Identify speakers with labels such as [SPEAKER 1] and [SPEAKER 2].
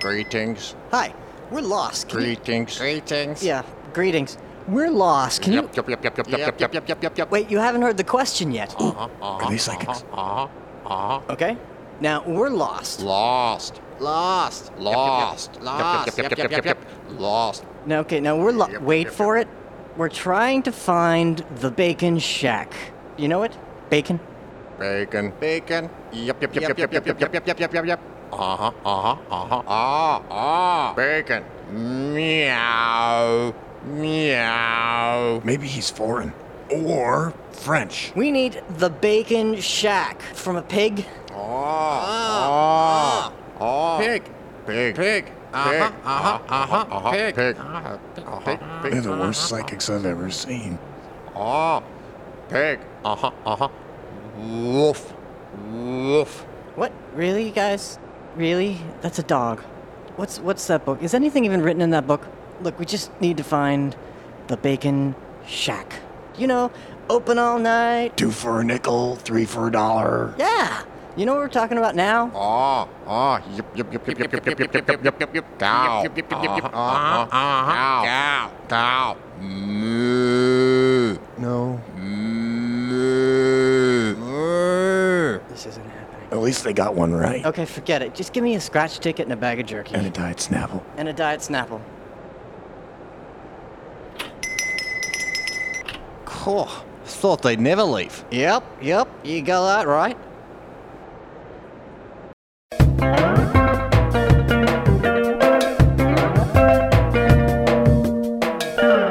[SPEAKER 1] Greetings.
[SPEAKER 2] Hi, we're lost. Can you-
[SPEAKER 1] Greetings. Greetings.
[SPEAKER 2] yeah, greetings. We're lost. Can you
[SPEAKER 1] Yep, yep, yep, yep, yep, yep, yep, yep, yep, yep, yep.
[SPEAKER 2] wait? You haven't heard the question yet.
[SPEAKER 1] Release seconds. Uh-huh. Uh-huh.
[SPEAKER 2] Okay. Now we're lost.
[SPEAKER 1] Lost. Lost. Lost. Lost. Yep, yep, yep, yep, yep. Lost.
[SPEAKER 2] Now, okay. Now we're lost.
[SPEAKER 1] Yep,
[SPEAKER 2] Wait
[SPEAKER 1] yep,
[SPEAKER 2] for it. We're trying to find the Bacon Shack. You know it? Bacon.
[SPEAKER 1] Bacon. Bacon. Yep, yep, yep, yep, yep, yep, yep, yep, yep, yep, yep, yep, yep. Uh-huh. Uh-huh. Uh-huh. Ah, ah. Bacon. Meow. Meow.
[SPEAKER 3] Maybe he's foreign. Or French.
[SPEAKER 2] We need the Bacon Shack from a pig.
[SPEAKER 1] Ah. Ah. Ah. Pig. Pig. Pig. Uh-huh. Uh-huh. Uh-huh. Pig. Pig. Pig. Pig.
[SPEAKER 3] They're the worst psychics I've ever seen.
[SPEAKER 1] Ah, pig. Uh huh. Uh huh. Woof. Woof.
[SPEAKER 2] What? Really, you guys? Really? That's a dog. What's what's that book? Is anything even written in that book? Look, we just need to find the Bacon Shack. You know, open all night.
[SPEAKER 3] Two for a nickel, three for a dollar.
[SPEAKER 2] Yeah. You know what we're talking about now?
[SPEAKER 1] Ah. Ah. Yip. Yip. Yip. Yip. Yip. Yip. Yip. Yip. Yip. Yip. Yip. Yip. Cow. Uh huh. Cow. Cow. Moo.
[SPEAKER 3] No.
[SPEAKER 1] Moo. Moo.
[SPEAKER 2] This isn't happening.
[SPEAKER 3] At least they got one right.
[SPEAKER 2] Okay, forget it. Just give me a scratch ticket and a bag of jerky
[SPEAKER 3] And a diet Snapple.
[SPEAKER 2] and a diet Snapple.
[SPEAKER 1] Cool. Thought they'd never leave.
[SPEAKER 2] Yep, yep. You got that right.